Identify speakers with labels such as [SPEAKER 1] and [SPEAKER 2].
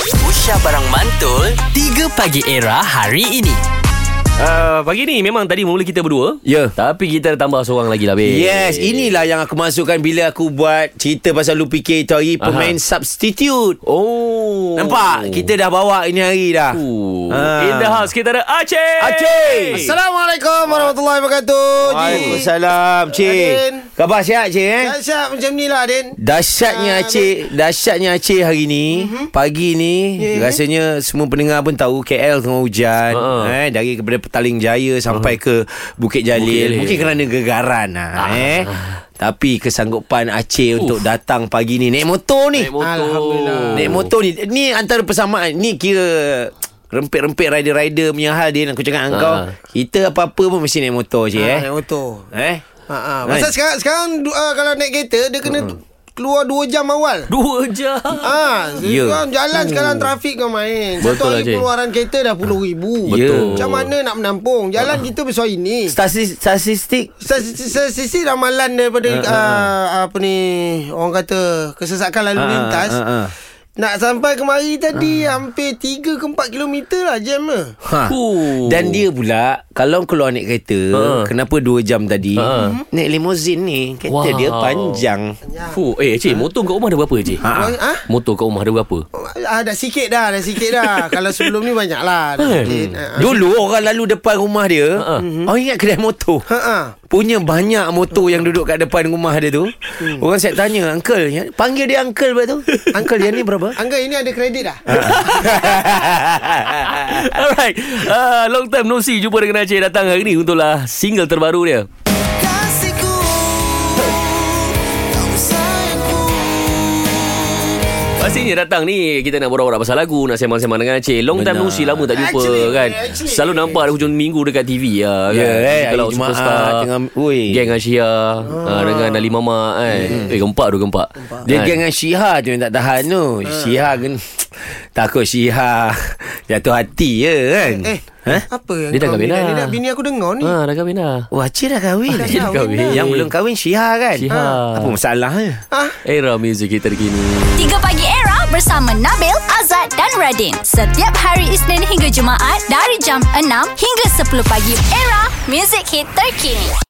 [SPEAKER 1] Aisyah Barang Mantul 3 Pagi Era hari ini
[SPEAKER 2] Uh, pagi ni memang tadi mula kita berdua.
[SPEAKER 3] Ya. Eh.
[SPEAKER 2] Tapi kita ada tambah seorang lagi lah, Bil.
[SPEAKER 3] Yes, inilah yang aku masukkan bila aku buat cerita pasal lu fikir itu hari pemain
[SPEAKER 2] Aha.
[SPEAKER 3] substitute.
[SPEAKER 2] Oh.
[SPEAKER 3] Nampak? Kita dah bawa ini hari dah.
[SPEAKER 2] Uh.
[SPEAKER 3] Ah.
[SPEAKER 2] In the house kita ada Aceh.
[SPEAKER 3] Aceh.
[SPEAKER 4] Assalamualaikum warahmatullahi wabarakatuh. Ji.
[SPEAKER 3] Waalaikumsalam, Cik.
[SPEAKER 4] Adin.
[SPEAKER 3] Khabar sihat, Cik eh?
[SPEAKER 4] Siap-siap macam ni lah, Din.
[SPEAKER 3] Dahsyatnya
[SPEAKER 4] Ah,
[SPEAKER 3] Aceh Dahsyatnya Aceh hari ni mm-hmm. Pagi ni yeah. Rasanya semua pendengar pun tahu KL tengah hujan
[SPEAKER 2] Ha.
[SPEAKER 3] eh, Dari kepada Petaling Jaya Sampai ke Ah. Bukit
[SPEAKER 2] Bukit
[SPEAKER 3] Jalil,
[SPEAKER 2] Jalil.
[SPEAKER 3] Mungkin kerana gegaran lah, eh. Tapi kesanggupan Aceh Untuk datang pagi ni Naik motor ni
[SPEAKER 2] Naik motor.
[SPEAKER 4] Alhamdulillah.
[SPEAKER 3] Naik motor ni Ni antara persamaan Ni kira Rempit-rempit rider-rider punya hal Din Aku cakap dengan
[SPEAKER 2] Ha.
[SPEAKER 3] kau Kita apa-apa pun mesti naik motor je eh
[SPEAKER 4] Ah, Naik motor.
[SPEAKER 3] Eh
[SPEAKER 4] Ha ah.
[SPEAKER 3] Kan?
[SPEAKER 4] Masa sekarang sekarang du- ah, kalau naik kereta dia kena keluar 2 jam awal.
[SPEAKER 2] Dua jam.
[SPEAKER 4] Ah,
[SPEAKER 3] Ya.
[SPEAKER 4] yeah. jalan sekarang trafik kau main.
[SPEAKER 2] Betul
[SPEAKER 4] Satu hari
[SPEAKER 2] lah, Cik.
[SPEAKER 4] pengeluaran kereta dah
[SPEAKER 3] Ah.
[SPEAKER 4] RM10,000.
[SPEAKER 3] Betul.
[SPEAKER 4] Macam mana nak menampung? Jalan
[SPEAKER 3] Ah.
[SPEAKER 4] kita besar ini.
[SPEAKER 3] Statistik, statistik
[SPEAKER 4] Sisi ramalan daripada ah, apa ni orang kata kesesakan lalu
[SPEAKER 3] Ah,
[SPEAKER 4] lintas.
[SPEAKER 3] ah, ah.
[SPEAKER 4] Nak sampai kemari tadi hampir 3 ke 4 kilometer lah jam lah.
[SPEAKER 3] Ha.
[SPEAKER 2] Huh.
[SPEAKER 3] Dan dia pula Kalau keluar naik kereta
[SPEAKER 2] Ha.
[SPEAKER 3] Kenapa 2 jam tadi
[SPEAKER 2] Ha.
[SPEAKER 3] Naik limousine ni Kereta
[SPEAKER 2] Wow.
[SPEAKER 3] wow. dia panjang
[SPEAKER 2] Fuh. Eh, Aceh, motor kat rumah ada berapa, Aceh?
[SPEAKER 3] Ha.
[SPEAKER 4] Ya. Ah?
[SPEAKER 2] Motor kat rumah ada berapa?
[SPEAKER 4] Ah, dah sikit dah, dah sikit dah. Kalau sebelum ni banyak lah. Dah
[SPEAKER 2] Eh.
[SPEAKER 4] sikit. Ah,
[SPEAKER 3] Dulu orang lalu depan rumah dia
[SPEAKER 2] Ha.
[SPEAKER 3] Orang ingat kedai motor
[SPEAKER 4] ah. Ha ah.
[SPEAKER 3] Punya banyak motor yang duduk kat depan rumah dia tu Orang saya tanya Uncle ya- Panggil dia uncle pula tu Uncle yang ni berapa?
[SPEAKER 4] Angga ini ada kredit dah.
[SPEAKER 2] Ha. Alright. Uh, long time no see. Jumpa dengan Aceh datang hari ni untuklah single terbaru dia.
[SPEAKER 5] kasihku Kau sayangku
[SPEAKER 2] Pastinya datang ni Kita nak borak-borak pasal lagu Nak sembang-sembang dengan Aceh Long time no see Lama tak jumpa
[SPEAKER 4] Actually,
[SPEAKER 2] kan
[SPEAKER 4] actually.
[SPEAKER 2] Selalu nampak ada hujung minggu Dekat TV lah kan
[SPEAKER 3] Ya, eh,
[SPEAKER 2] Kalau
[SPEAKER 3] hari Jumaat
[SPEAKER 2] superstar
[SPEAKER 3] tengah- ui. Hmm.
[SPEAKER 2] Geng Asia ah. Dengan Ali Mama kan Eh gempak tu gempak
[SPEAKER 3] Dia
[SPEAKER 2] Kan?
[SPEAKER 3] geng dengan Syiha tu yang tak tahan tu Syiha kan Takut Syiha Jatuh hati je kan
[SPEAKER 4] Eh,
[SPEAKER 3] Ha?
[SPEAKER 4] apa?
[SPEAKER 2] Dia dah
[SPEAKER 4] kau
[SPEAKER 2] kahwin lah.
[SPEAKER 4] bini-
[SPEAKER 2] dah.
[SPEAKER 4] Dia dah bini aku dengar ni.
[SPEAKER 2] Ah, dah kahwin dah
[SPEAKER 3] Wah, Cik dah kahwin.
[SPEAKER 4] Dah Cik dah kahwin
[SPEAKER 2] kahwin. dah.
[SPEAKER 3] Yang belum kahwin Syiha kan?
[SPEAKER 2] Syiha.
[SPEAKER 3] Apa masalahnya?
[SPEAKER 2] Era muzik kita terkini
[SPEAKER 6] 3 Pagi Era bersama Nabil, Azad dan Radin. Setiap hari Isnin hingga Jumaat dari jam 6 hingga 10 pagi. Era, music hit terkini.